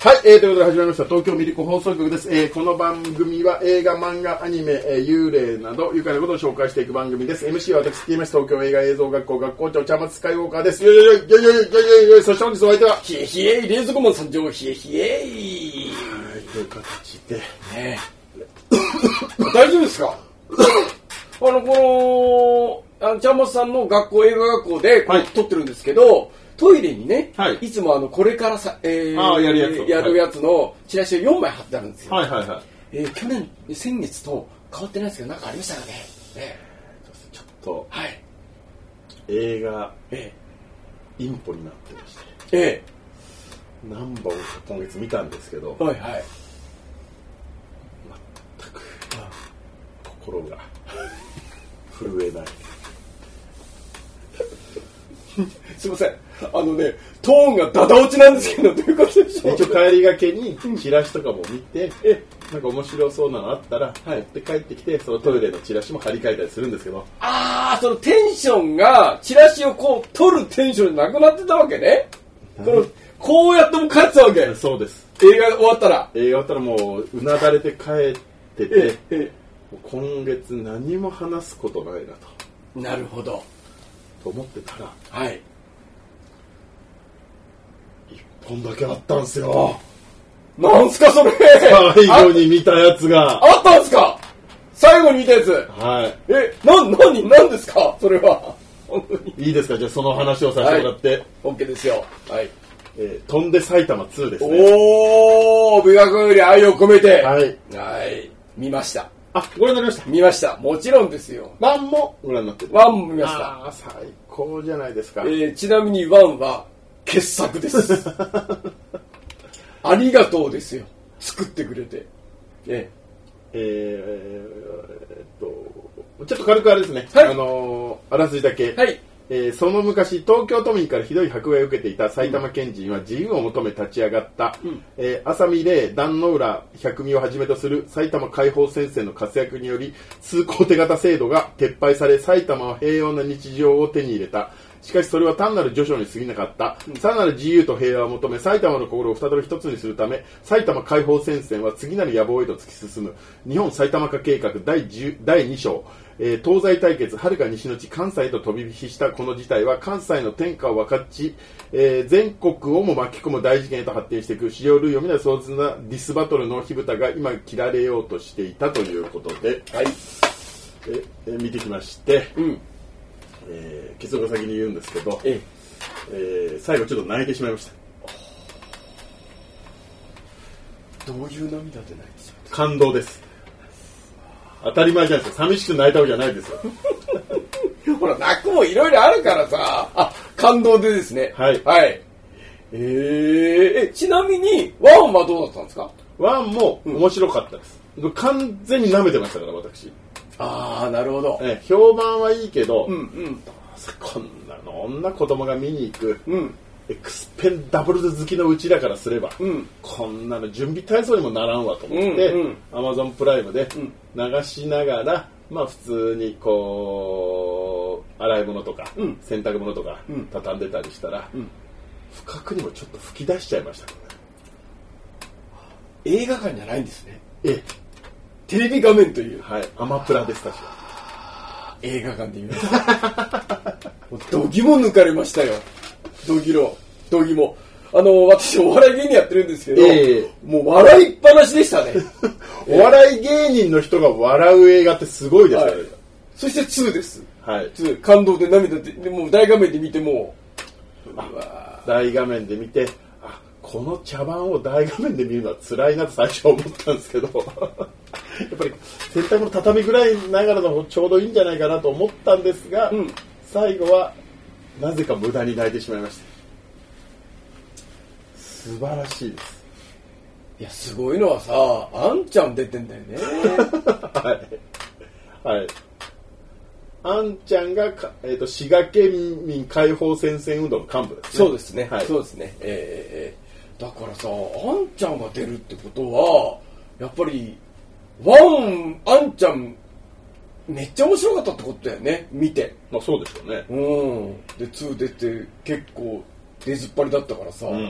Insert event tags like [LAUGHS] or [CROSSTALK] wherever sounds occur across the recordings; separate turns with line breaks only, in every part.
はい、えー、ということで始まりました東京ミリコ放送局です、えー、この番組は映画漫画アニメ、えー幽霊など愉快なことを紹介していく番組です MC は私 TMS 東京映画映像学校学校長茶松スカイウォーカーですよいよいよいよいよいよいよいよいよそして本日お相手はは
ひえひえい、冷蔵庫マン参上、ひえひえい。
いという形で
ねえ大丈夫ですかあの、この、あの、ちゃんまつさんの学校、映画学校で、こう
はい
撮ってるんですけど、トイレにね、
はい
い、つもあの、これからさ、えー
あーやるやつ
やるやつのチラシを4枚貼ってあるんですよ。
はいはいはい
えー去年、先月と変わってないですけど、なんかありましたよね。ええ
ちょっと
はい。
映画
え
インポになってまして
ええ
何本か今月見たんですけど
えはいはい。
全く心が震えない
すいません。あのね、トーンがダダ落ちなんですけど、どういうことでしょう
一応帰りがけにチラシとかも見て、
え
なんか面白そうなのあったら、持って帰ってきて、そのトイレのチラシも張り替えたりするんですけど、
ああ、そのテンションが、チラシをこう、取るテンションじゃなくなってたわけね。この、こうやっても勝ってたわけ。映
そうです。
画終わったら。
映画終わったらもう、うなだれて帰って
え
て、
え、
もう今月何も話すことないなと
なるほど。
と思ってたら、
はい。
一本だけあったんすよ。
なんすか、それ。
最後
あ
に見たやつが。
あったんすか最後に見たやつ。
は
え、な、なに、なんですかそれは。本当に。
い。いいですかじゃあその話をさせてもらって、
オッケーですよ。はい。
えー飛んで埼玉2ですね。
おー、美学より愛を込めて。。
はいい。
はい。見ました。
あ、ご覧になりました。
見ました。もちろんですよ。
ワンもご覧になってる。
ワンも見ました。
あー最高じゃないですか。
えーちなみにワンは傑作です。 [LAUGHS] ありがとうですよ。作ってくれて。え
えーえーっと、ちょっと軽くあれですね、
はい
あのーあらすじだけ、
えはい。
えーその昔、東京都民からひどい迫害を受けていた埼玉県人は自由を求め立ち上がった、
うん
えー浅見玲、壇ノ浦、百味をはじめとする埼玉解放戦線の活躍により、通行手形制度が撤廃され、埼玉は平穏な日常を手に入れた。しかしそれは単なる序章に過ぎなかった、さらなる自由と平和を求め埼玉の心を再び一つにするため埼玉解放戦線は次なる野望へと突き進む日本埼玉化計画第10第2章、えー東西対決はるか西の地関西へと飛び火したこの事態は関西の天下を分かち、えー全国をも巻き込む大事件へと発展していく使用類を見ない壮絶なディスバトルの火蓋が今切られようとしていたということで、
はい。
ええ見てきまして、
うん。
えー結論が先に言うんですけど、
ええ
えー最後ちょっと泣いてしまいました
どういう涙でないですよ。
感動です当たり前じゃないですか寂しく泣いたわけじゃないですよ
ほら、泣くもいろいろあるからさ。あ、感動でですね。
はい
はい。えー、え、ちなみに、ワンはどうだったんですか
ワンも面白かったです、完全に舐めてましたから私、
ああ、なるほど。
えー評判はいいけど、
うんうん。
こんなの女子供が見に行く
うん。
エクスペンダブルズ好きのうちらからすれば、
うん
こんなの準備体操にもならんわと思って、
うんうん
アマゾンプライムで
ん
流しながら、まあ普通にこう洗い物とか、
うん
洗濯物とか、
うん
畳んでたりしたら、
ん
不覚にもちょっと吹き出しちゃいましたからね
映画館じゃないんですね。
え
テレビ画面という
え。はいアマプラです確か
映画館で見ました。もう度肝抜かれましたよ。度肝、度肝。あの、私、お笑い芸人やってるんですけど、
ええ
もう笑いっぱなしでしたね。
お笑い芸人の人が笑う映画ってすごいですか
は
ら
い
ね、
そして2です。
はい
2、感動で涙で、でもう大画面で見てもう、うわ
大画面で見てあこの茶番を大画面で見るのは辛いなと最初思ったんですけどやっぱり洗濯物畳ぐらいながらの方ちょうどいいんじゃないかなと思ったんですが、
うん
最後はなぜか無駄に泣いてしまいました素晴らしいです
いや、すごいのはさ、あんちゃん出てんだよ
[LAUGHS]
ね。
はいはいあんちゃんがか、えー、と滋賀県民解放戦線運動の幹部ですね
そうですね。
はい、
そうですね。ええええだからさ、あんちゃんが出るってことは、やっぱり、ワン、あんちゃん、めっちゃ面白かったってことだよね、見て。
まあ、そうでしょうね
うん。で、2出て、結構、出ずっぱりだったからさ。
ん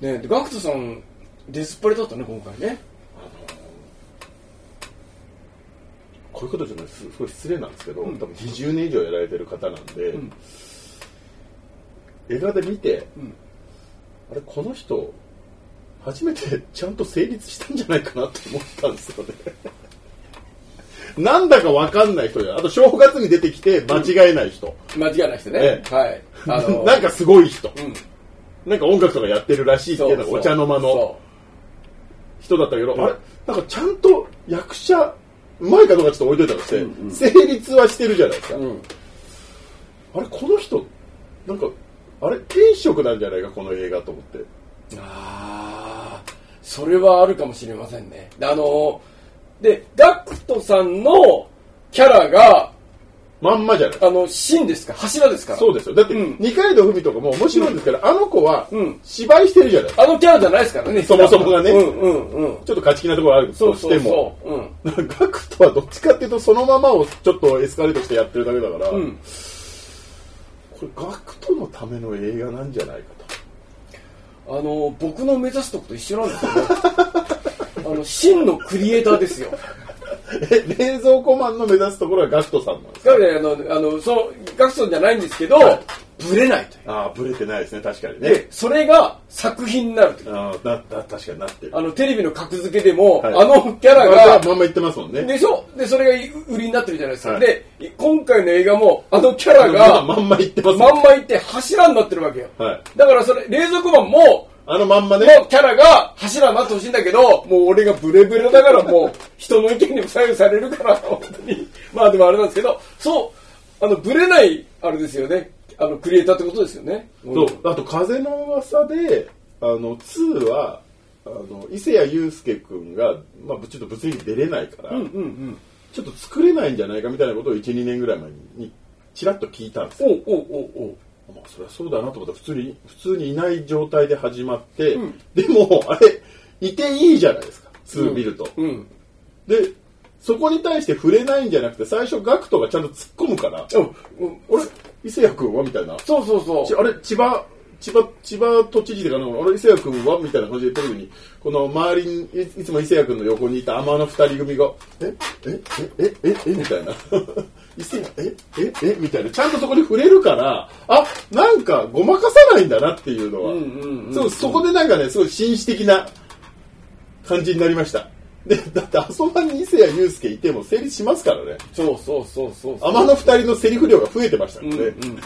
ねで、ガクトさん、デスプレイだったね今回ね
こういうことじゃないすすごい失礼なんですけど、
うん
多分20年以上やられてる方なんで、
ん
映画で見て、
うん
あれこの人初めてちゃんと成立したんじゃないかなって思ったんですよね [LAUGHS] なんだかわかんない人やあと正月に出てきて間違えない人、
間違いない人ね、
え
はいあ [LAUGHS] の
なんかすごい人、
うん
なんか音楽とかやってるらしいっていうのが
そう
お茶の間の
そ
人だったけど、
ん
あれなんかちゃんと役者うまいかどうかちょっと置いといたとして、
うんうん
成立はしてるじゃないですか、
ううん
あれこの人なんかあれ天職なんじゃないかこの映画と思って
ああそれはあるかもしれませんねであのでダクトさんのキャラが
まんまじゃない
あの芯ですか柱ですから
そうですよだって、
うん
二階堂ふみとかも面白いんですけど、あの子は
うん
芝居してるじゃない、
あのキャラじゃないですからね
そもそもがね
うんうんうん
ちょっと勝ち気なところある
そ
と
う
し
そ
て
う
も
そううん
なんかガクトはどっちかっていうとそのままをちょっとエスカレートしてやってるだけだから、
うん
これガクトのための映画なんじゃないかと
あの僕の目指すとこと一緒なんですよねあの真のクリエイターですよ
え冷蔵庫マンの目指すところはガクトさんなんですか
だからねあのあのそうガクトンじゃないんですけど、
はい
ブレないとい
ああブレてないですね確かに
うで
ね
それが作品になるという
ああなな確かになってる
あのテレビの格付けでも、
はい
あのキャラ
まあ
が
まんま言ってますもんね
でしょで、それが売りになってるじゃないですか。
はい
で、今回の映画も、あのキャラ
まあ
が、
まんま言ってますもん
まんまいって柱になってるわけよ。
はい
だからそれ、冷蔵庫マンも、
あのまんまね、
のキャラが柱になってほしいんだけど、もう俺がブレブレだからもう、人の意見にも左右されるから、本当に。まあでもあれなんですけど、そう、あの、ブレない、あれですよね。あの、クリエイターってことですよね。
そうあと「風の噂で」あの2はあの伊勢谷友介君が、まあ、ちょっと物理に出れないから、
うんうんうん。
ちょっと作れないんじゃないかみたいなことを12年ぐらい前にちらっと聞いたんですよ、
おうおうおうおう。
まあ、そりゃそうだなと思ったら普通に普通にいない状態で始まって、
うん
でも [LAUGHS] あれいていいじゃないですか2見ると、
うん。
でそこに対して触れないんじゃなくて最初ガクトがちゃんと突っ込むから「
うんうん
あれ伊勢谷君は?」みたいな
そうそうそう
ち。あれ千葉千葉千葉都知事でかなあれ伊勢谷君はみたいな感じで言ってるのにこの周りにいいつも伊勢谷君の横にいた天の二人組が「えええええええみたいな [LAUGHS] 「伊勢谷えええみたいなちゃんとそこに触れるからあなんかごまかさないんだなっていうのは、
うんうんうん
そうそこでなんかねすごい紳士的な感じになりましたでだってあそばに伊勢谷友介いても成立しますからね
そうそうそうそうそう。
天の二人のセリフ量が増えてました
う
の
んう
で、
んうん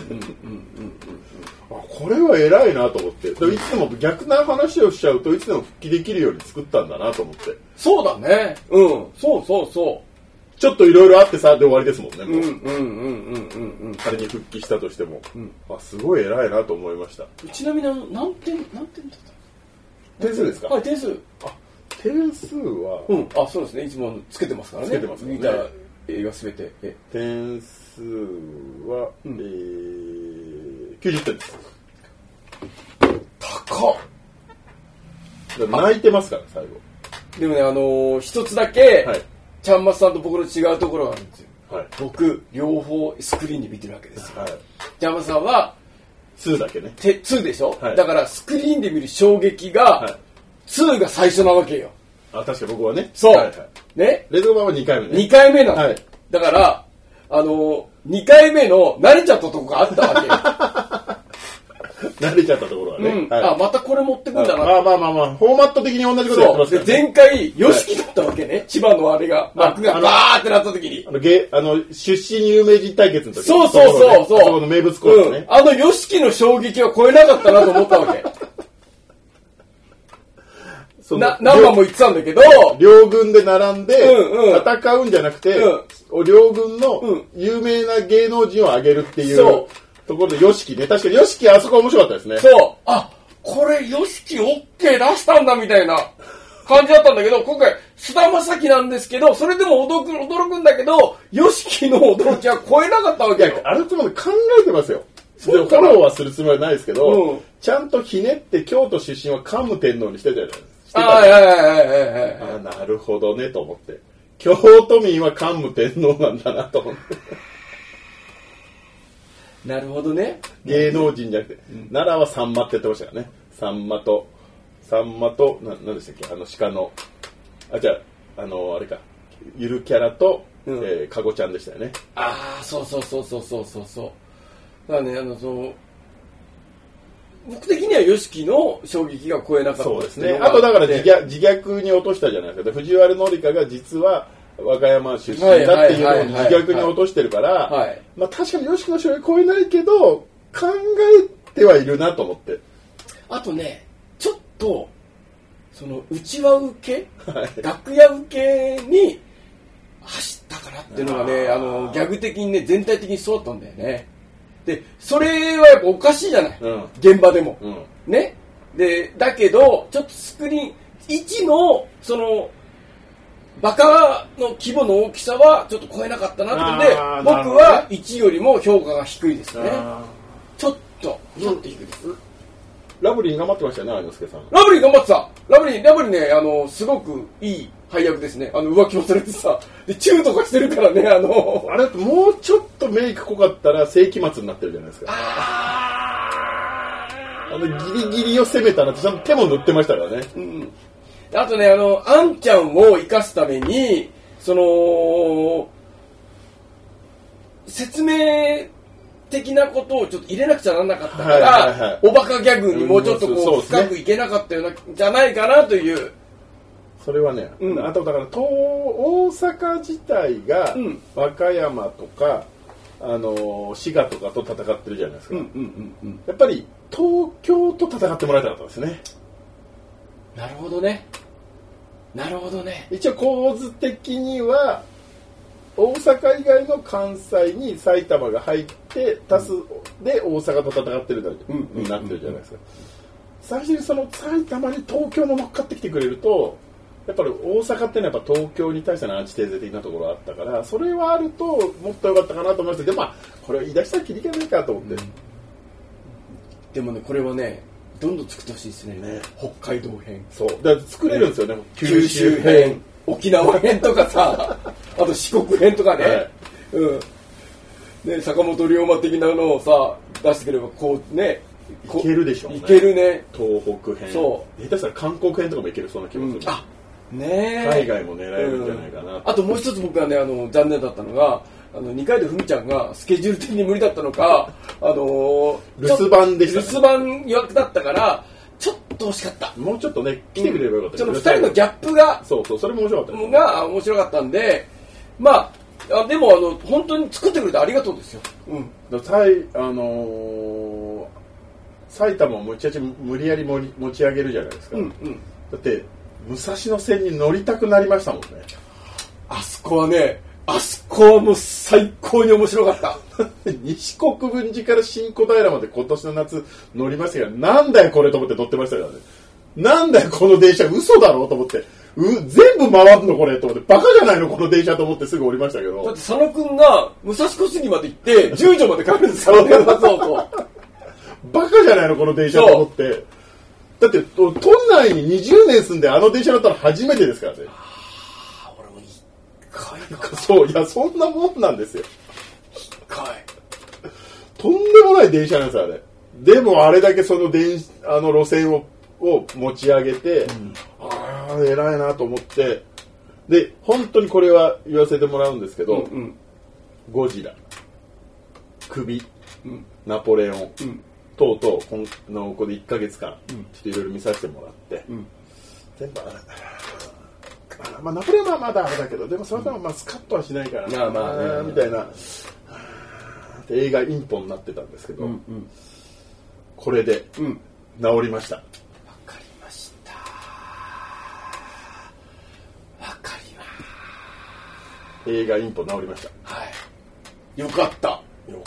あこれは偉いなと思ってでもいつも逆な話をしちゃうといつでも復帰できるように作ったんだなと思って
そうだね。うん。そうそうそ
ちょっといろいろあってさで終わりですもんね
う。う
も
ん
う、
うんうんうんうん
仮に復帰したとしても、あすごい偉いなと思いました
うん。ちなみにあの何点、何点だっ
点数です
た
か、
はい、点数。
点数は、
うん。あ、そうですね。いつもつけてますからね。
つけてますからね
見た映画すべて。え、
点数は、
うん
えー、90点です
高
だから泣いてますから最後
っでもね、あのー一つだけ、
はい
ちゃんまつさんと僕の違うところがあるんですよ。
はい、
僕、両方スクリーンで見てるわけですよ。
はい、
ちゃんまつさんは、
数だけね
て2でしょ、
はい
だからスクリーンで見る衝撃が、
はい
2が最初なわけよ。
あ確か僕はね
そう。
はいはい、
ね
レゾバは2回目ね
2回目なの、
はい
だからあの2回目の慣れちゃったとこがあった
[LAUGHS]
わけよ、
慣れちゃったところはね、
うん
はい
あまたこれ持ってくんだな、
まあまあまあまあ、フォーマット的に同じことやってま
そう
すから
で
ね、
前回 YOSHIKI だったわけね、千葉のあれが幕が
あの
バーってなった時に
あの、ゲあの、出身有名人対決の時
そうそうそう
こ
そ
のねここ
う
の名物コースね、
うんあの YOSHIKI の衝撃を超えなかったなと思った
[LAUGHS]
わけ
その
な何番も言ってたんだけど
両両軍で並んで、
うんうん
戦うんじゃなくて、
うん
お両軍の
うん
有名な芸能人を挙げるっていう
そ
ところで、ヨシキね。確かにヨシキあそこ面白かったですね。
そうあこれ YOSHIKI OK 出したんだみたいな感じだったんだけど今回菅田将暉なんですけどそれでも驚く驚くんだけど YOSHIKI の驚きは超えなかったわ
い
け
や
よ、
あれつもね考えてますよ。でフ
そうか
ォローはするつもりはないですけど、
うん
ちゃんとひねって京都出身は桓武天皇にしてたじゃないですか。してたじゃない
はいはいはいはいはいはい。
あーなるほどねと思って京都民は桓武天皇なんだなと思 [LAUGHS] って
なるほどね。
芸能人じゃなくて、奈良はさんまって言ってましたからねさんまとさんまとな何でしたっけあの鹿のあじゃああのあれかゆるキャラと、
うん
えーかごちゃんでしたよね
ああそうそうそうそうそうそうそうだからねあのその僕的には YOSHIKI の衝撃が超えなかった
そうです
って
ね
いの
あ
が
とだから
って
自虐自虐に落としたじゃないですかで藤原紀香が実は和歌山出身だっていうのを自虐に落としてるから、
はい
まあ、確かに YOSHIKI の所有超えないけど考えてはいるなと思って
あとねちょっとそのうちわ受け、 [LAUGHS]
はい
楽屋受けに走ったからっていうのがね
あー
あのギャグ的にね全体的にそうだったんだよねでそれはやっぱおかしいじゃない、
うん
現場でも、
うん
ねでだけどちょっとスクリーン1のそのバカの規模の大きさはちょっと超えなかったなってんで
あーなるほど
僕
ね
は1よりも評価が低いですねちょっとちょっと低いです
ラブリー頑張ってましたよね愛之助さん
ラブリー頑張ってたラブリー、ラブリーね、あの、すごくいい配役ですね。あの、浮気もされてさ、で、チューとかしてるからね、あの、
あれもうちょっとメイク濃かったら世紀末になってるじゃないですかあのギリギリを攻めたらちゃんと手も塗ってましたからね、
あとね、あの、アンちゃんを生かすために、その、説明的なことをちょっと入れなくちゃなんなかったから、
はいはいはい
おバカギャグにもうちょっと
うんそう
こう、
ですね
深くいけなかったような、じゃないかなという、
それはね、
うん
あとだから東大阪自体が
うん
和歌山とか、あの滋賀とかと戦ってるじゃないですか、
うんうんうん。
やっぱり東京と戦ってもらいたかったですね
なるほどね。なるほどね。
一応構図的には大阪以外の関西に埼玉が入って足すで大阪と戦ってるだけ
うん
になってるじゃないですか最初にその埼玉に東京も乗っかってきてくれるとやっぱり大阪っていうのはやっぱ東京に対してのアンチテーゼ的なところがあったからそれはあるともっと良かったかなと思いましたけどまあこれを言い出したら切りがないかと思って、
でもね、これはね、どんどん作ってほしいですね。北海道編、
そうだから作れるんですよね、
九州編、沖縄編と
[LAUGHS]
かさ、あと四国編とかね、
はい
うん。ね、坂本龍馬的なのをさ、出してくれば、こうね、こ
いけるでしょうね
いけるね。
東北編
そ
下手したら韓国編とかもいけるそうな気もする、
あ、ねえ
海外も狙えるんじゃないかな、
あともう一つ僕がねあの残念だったのがあの2回でふみちゃんがスケジュール的に無理だった
[LAUGHS]
のかあのー
留守番でしたね
ちょっと留守番予約だったからちょっと惜しかった
もうちょっとね来てくれればよかった
ちょっと2
けど
人のギャップが
そうそうそれも面白かったです
が面白かったんでまああでもあの本当に作ってくれてありがとうですよ、うん、
だからさいあのー埼玉をむちゃくちゃ無理やり盛り持ち上げるじゃないですか、
うん
だ
うん
って武蔵野線に乗りたくなりましたもんね [LAUGHS]
あそこはねあそこはもう最高に面白かった [LAUGHS]
西国分寺から新小平まで今年の夏乗りましたけどなんだよこれと思って乗ってましたからねなんだよこの電車嘘だろと思ってう全部回るのこれと思ってバカじゃないのこの電車と思ってすぐ降りましたけど
だって佐野くんが武蔵小杉まで行って十条まで帰るんですよね
そう
そうそう
バカじゃないのこの電車と思ってだってと都内に20年住んであの電車だったら初めてですからね
俺も一回か
そういやそんなもんなんですよ
一回
とんでもない電車なんですよあれでもあれだけその電あの路線をを持ち上げて、ああ偉いなと思ってで本当にこれは言わせてもらうんですけど、
うん
ゴジラ首
うん
ナポレオン、
うん
とうとうこのここで1ヶ月間、ちょっといろいろ見させてもらって、
ん
全部あらあらまあ、ナポレオンはまだあれだけどでもそれでもまあスカッとはしないから
まあまあね
ーみたいなあーって映画インポになってたんですけど、
うん
これで
うんわ
治りました
かりましたわかりま
映画インポ治りました
はいよかった
よ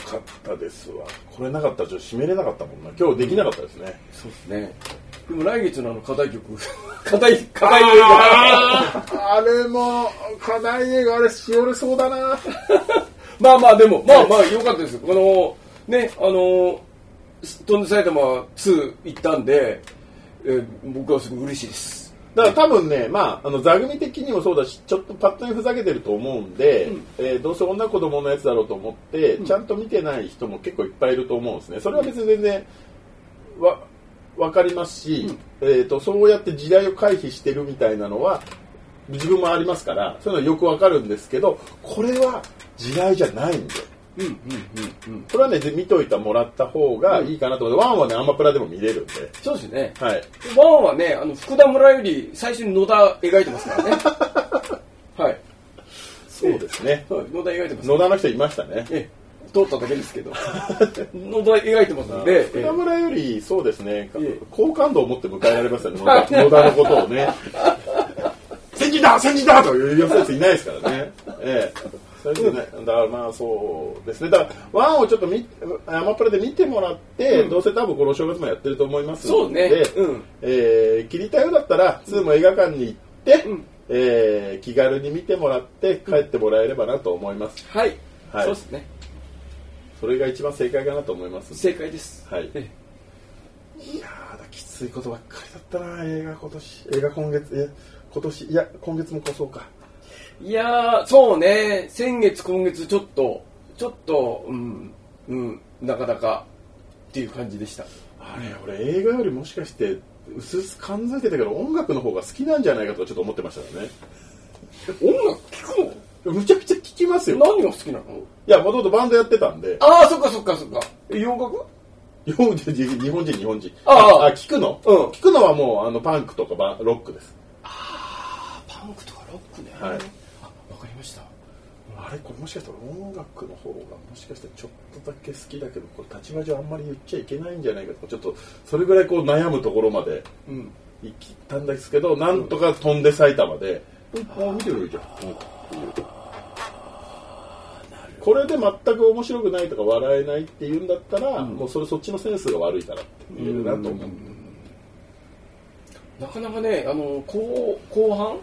かったですわこれなかったらちょっと締めれなかったもんな今日できなかったですね、
そうですねでも来月のあの課題曲 [LAUGHS] 課題課題の
あれも課題映画あれしおれそうだな
まあまあでもまあまあよかったですこのねあの「飛んで埼玉2」行ったんで、えー僕はすごい嬉しいです
だから多分ね、まあ、あの座組的にもそうだしちょっとパッと見ふざけてると思うんで、えーどうせ女子供のやつだろうと思って、ちゃんと見てない人も結構いっぱいいると思うんですねそれは別に全然わ分かりますし、えー、とそうやって時代を回避してるみたいなのは自分もありますからそういうのはよく分かるんですけどこれは時代じゃないんで
うんうんうんうん
これはねぜ見といてもらった方がいいかなと思って、ワンはねアマプラでも見れるんで、
そうですね
はい、
ワンはねあの福田村より最初に野田描いてますか
[LAUGHS]
らねはい
そうですね
そう野田描いてます
野田の人いましたね
ええ通っただけですけど野田描いてますのでええ
北村よりそうですね
ええ
好感度を持って迎えられますよね
[LAUGHS]
野田野田のことをね先人だ先人だというやついないですからねええそれでね、だからまあそうですねだからワンをちょっとみアマプラで見てもらって、どうせ多分このお正月もやってると思いますので
そうねうん
えー切りたいようだったら2も映画館に行って、
うん
えー気軽に見てもらって帰ってもらえればなと思います
はい、
はい
そうですね
それが一番正解かなと思います
正解です
はい
え
いやーだきついことばっかりだったな映画今年映画今月いや今年いや今月もこそうか
えいやーそうね先月今月ちょっとちょっとうんうんなかなかっていう感じでした
あれ俺映画よりもしかして薄々感づいてたけど音楽の方が好きなんじゃないかとちょっと思ってましたからね
音楽聴く
むちゃくちゃ聴きますよ
の何が好きなの
いやもともとバンドやってたんで
ああそっかそっかそっかえ洋楽
日本人日本人日本人
ああ
聞くの、
うん
聞くのはもうあのパンクとかバロックです
パンクとかロックね
はい
あわかりました
あれこれもしかしたら音楽の方がもしかしてちょっとだけ好きだけどこれ立場上あんまり言っちゃいけないんじゃないかとかちょっとそれぐらいこう悩むところまで
うん
行ったんですけどなんとか飛んで埼玉で、あ見てるじゃん、これで全く面白くないとか笑えないって言うんだったら、もうそれそっちのセンスが悪いからって言えるなと思う、
なかなかねあの後後半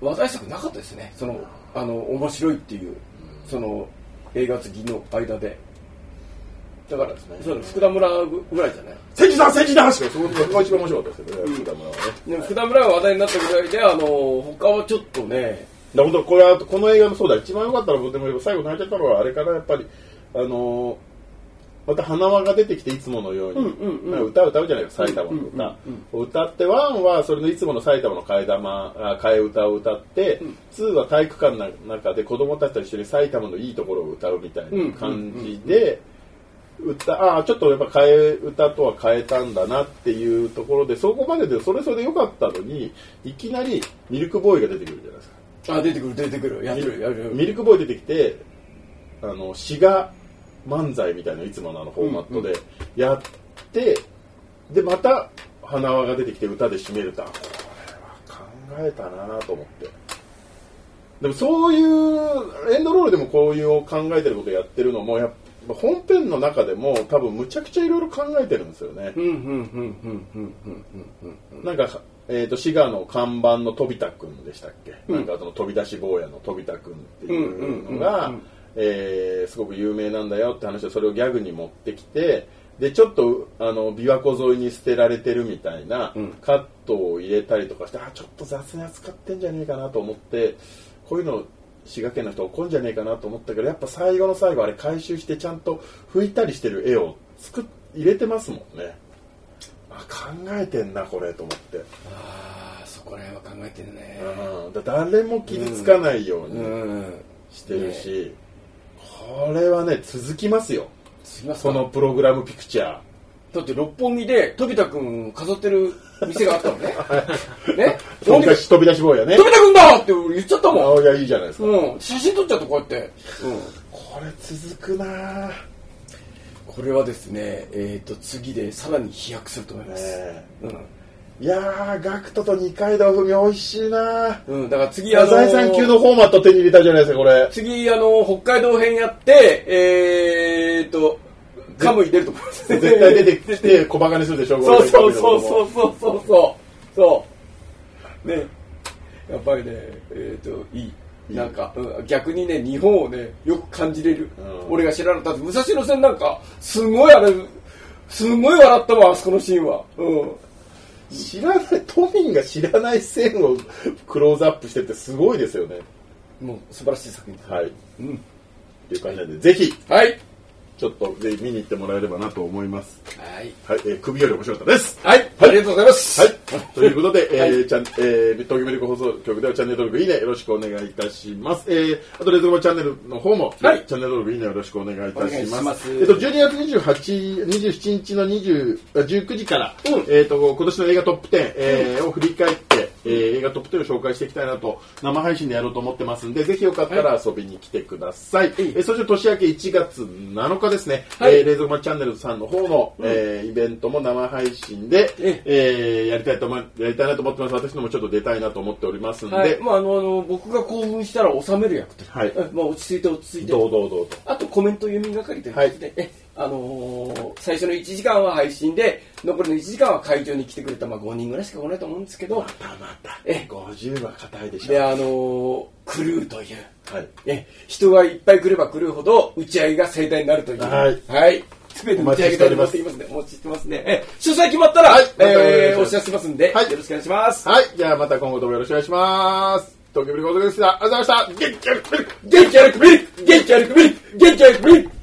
話題作なかったですねそのあの面白いっていうその映画好きの間でだから
そうですね
そうです福田村ぐらいじゃない
千治さん千治さんしかそこが一番面白かったですけどね、福田村はね
でも福田村が話題になったぐらいであの他はちょっとね
だから本当これはこの映画もそうだ一番良かったのはでも最後泣いちゃったのはあれからやっぱりあのーまた花輪が出てきていつものように、
うんうんうん
なんか歌を歌うじゃないか埼玉の
うんうん
歌、を歌ってワンはそれのいつもの埼玉の替え玉あ替え歌を歌って、ツーは体育館の中で子供たちと一緒に埼玉のいいところを歌うみたいな感じで、歌ああちょっとやっぱ変え歌とは変えたんだなっていうところでそこまででそれそれで良かったのにいきなりミルクボーイが出てくるじゃないですか
あ出てくる出てくるやってるやる
ミルクボーイ出てきてあの滋賀漫才みたいないつものあのフォーマットでやって、でまた花輪が出てきて歌で締めるとあこれは考えたなと思ってでもそういうエンドロールでもこういう考えてることやってるのもやっぱ本編の中でも多分むちゃくちゃいろいろ考えてるんですよね、
うんうんうんうんうんうんうんうん
なんか、えー、と滋賀の看板の飛田君でしたっけ、
うん
なんかその飛び出し坊やの飛田君っていうの
うん
が
うんうんうん
えーすごく有名なんだよって話をそれをギャグに持ってきてでちょっとあの琵琶湖沿いに捨てられてるみたいな
うん
カットを入れたりとかして、あちょっと雑に扱ってんじゃねえかなと思ってこういうの滋賀県の人怒るんじゃねえかなと思ったけどやっぱ最後の最後あれ回収してちゃんと拭いたりしてる絵を作っ入れてますもんね。あ考えてんなこれと思って、
ああそこら辺は考えてるね
うん、だ誰も傷つかないよう
う
に
ん
してるし、これはね続きますよ
すいませ
そ
ん
のプログラムピクチャー
だって六本木で飛田君飾ってる店があったの [LAUGHS] ね。ね
飛
飛
び
田
出し飛び出し坊やね
君だって俺言っちゃったもん。
あいやいいじゃないですか、
うん、写真撮っちゃったこうやって、うん、
これ続くなあ
これはですね、えー、と次でさらに飛躍すると思います、
ね
うん
えいやーガクトと二階堂ふみ美味しいなあ
うん、だから次あの
財産級のフォーマット手に入れたじゃないですかこれ
次あの北海道編やってえー、とカムイ出ると思います
絶対出てきて小バカにするでしょ
そうそうそう
う
そうそうそうそうそうねやっぱりねえっ、といいなんか、うん逆にね日本をねよく感じれる、
うん
俺が知らなかった武蔵野線なんかすごいあれすごい笑ったわあそこのシーンはうん
知らない都民が知らない線をクローズアップしてってすごいですよね
もう素晴らしい作品です
はい
うん
という感じなんで、ぜひ
はい
ちょっとぜひ見に行ってもらえればなと思います。
はい。
はい、えー首より面白かったです。
はい。ありがとうございます。
はい。 [LAUGHS] ということで、えー、ちゃん、えー、東京メリコ放送局ではチャンネル登録いいね、よろしくお願いいたします。えー、あと、レズゴマチャンネルの方も、
はい
チャンネル登録いいね、よろしくお願いいたします。
お願いします
えっと、12月28、27日の20あ19時から、
うん
えっと、今年の映画トップ10、えーを振り返って、えー映画トップ10を紹介していきたいなと生配信でやろうと思ってますんでぜひよかったら遊びに来てください、えーそして年明け1月7日ですね、
はい
えー冷蔵庫チャンネルさんの方の、えーイベントも生配信で、
え
えーやりたいと思いやりたいなと思ってます私のもちょっと出たいなと思っておりますんで、
はい。まあ、あの、あの、僕が興奮したら収める役と。
はい
うんまあ、落ち着いて落ち着いて。
どうどうどうと
あとコメント読みがかりということで、えあのー最初の1時間は配信で、残りの1時間は会場に来てくれた、まあ、5人ぐらいしか来ないと思うんですけど
ま、たまた
え
50は硬いでしょ
で、あのークルーという、
はい
え人がいっぱい来れば来るほど、打ち上げが盛大になるという。
はい
はい。すべて打ち上げたいと思っていますね。お待ちしてますね。え詳細決まったら、
はいまたお願いします
えーお知らせしますんで、
はい
よろしくお願いします。
はいじゃあまた今後ともよろしくお願いします東京ブリコードでしたありがとうございました元気よく
元気あるくビリッ元気あるくビリッ元気あるくビリッ元気